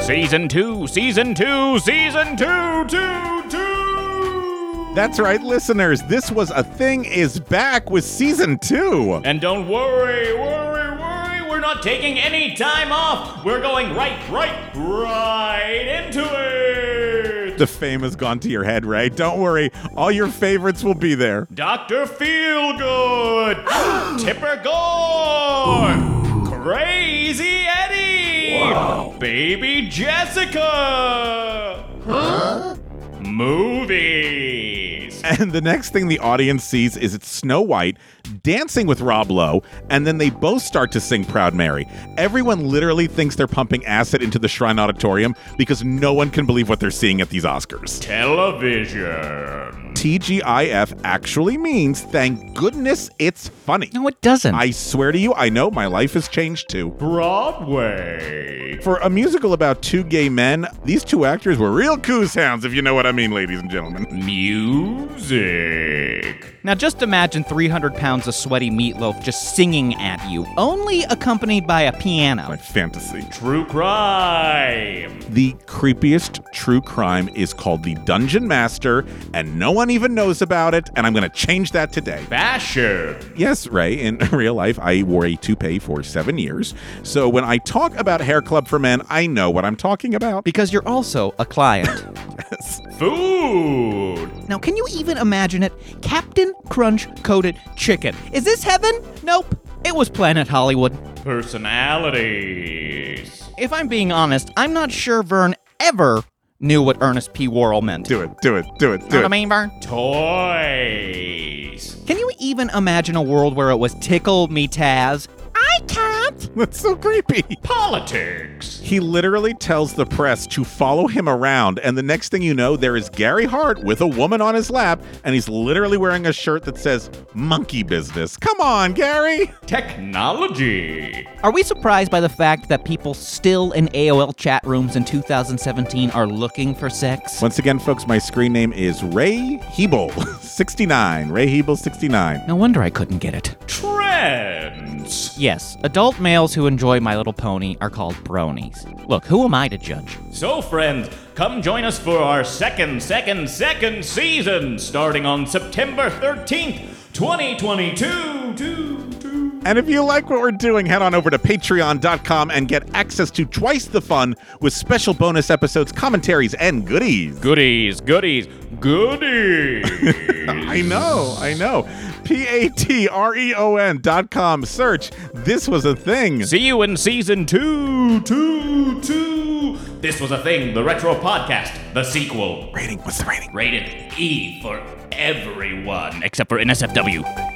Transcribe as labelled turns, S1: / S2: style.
S1: Season two, season two, season two, two, two.
S2: That's right, listeners. This was a thing is back with season two.
S1: And don't worry, worry, worry. We're not taking any time off. We're going right, right, right into it.
S2: The fame has gone to your head, right? Don't worry, all your favorites will be there.
S1: Dr. Feelgood, Tipper Gore, Crazy Eddie, Baby Jessica, movies.
S2: And the next thing the audience sees is it's Snow White dancing with Rob Lowe, and then they both start to sing Proud Mary. Everyone literally thinks they're pumping acid into the Shrine Auditorium because no one can believe what they're seeing at these Oscars.
S1: Television.
S2: TGIF actually means thank goodness it's funny.
S3: No, it doesn't.
S2: I swear to you, I know my life has changed too.
S1: Broadway.
S2: For a musical about two gay men, these two actors were real coos hounds, if you know what I mean, ladies and gentlemen.
S1: Music.
S3: now, just imagine 300 pounds of sweaty meatloaf just singing at you, only accompanied by a piano.
S2: My fantasy.
S1: True crime.
S2: The creepiest true crime is called The Dungeon Master, and no one even knows about it, and I'm going to change that today.
S1: Basher.
S2: Yes, Ray, in real life, I wore a toupee for seven years, so when I talk about Hair Club for Men, I know what I'm talking about.
S3: Because you're also a client.
S1: Food.
S3: now, can you even imagine it? Captain Crunch coated chicken. Is this heaven? Nope. It was Planet Hollywood.
S1: Personalities.
S3: If I'm being honest, I'm not sure Vern ever knew what Ernest P. Worrell meant.
S2: Do it, do it, do it,
S3: know
S2: do
S3: what I
S2: it.
S3: mean, Vern?
S1: Toys.
S3: Can you even imagine a world where it was tickle me Taz? I can't.
S2: That's so creepy.
S1: Politics.
S2: He literally tells the press to follow him around, and the next thing you know, there is Gary Hart with a woman on his lap, and he's literally wearing a shirt that says monkey business. Come on, Gary!
S1: Technology.
S3: Are we surprised by the fact that people still in AOL chat rooms in 2017 are looking for sex?
S2: Once again, folks, my screen name is Ray Hebel, 69. Ray Hebel, 69.
S3: No wonder I couldn't get it.
S1: Trends.
S3: Yes, adult males who enjoy My Little Pony are called bronies. Look, who am I to judge?
S1: So, friends, come join us for our second, second, second season starting on September 13th, 2022. Two, two.
S2: And if you like what we're doing, head on over to patreon.com and get access to twice the fun with special bonus episodes, commentaries, and goodies.
S1: Goodies, goodies, goodies.
S2: I know, I know. P A T R E O N dot com. Search. This was a thing.
S1: See you in season two, two, two. This was a thing, the retro podcast, the sequel.
S2: Rating. What's the rating?
S1: Rated E for everyone, except for NSFW.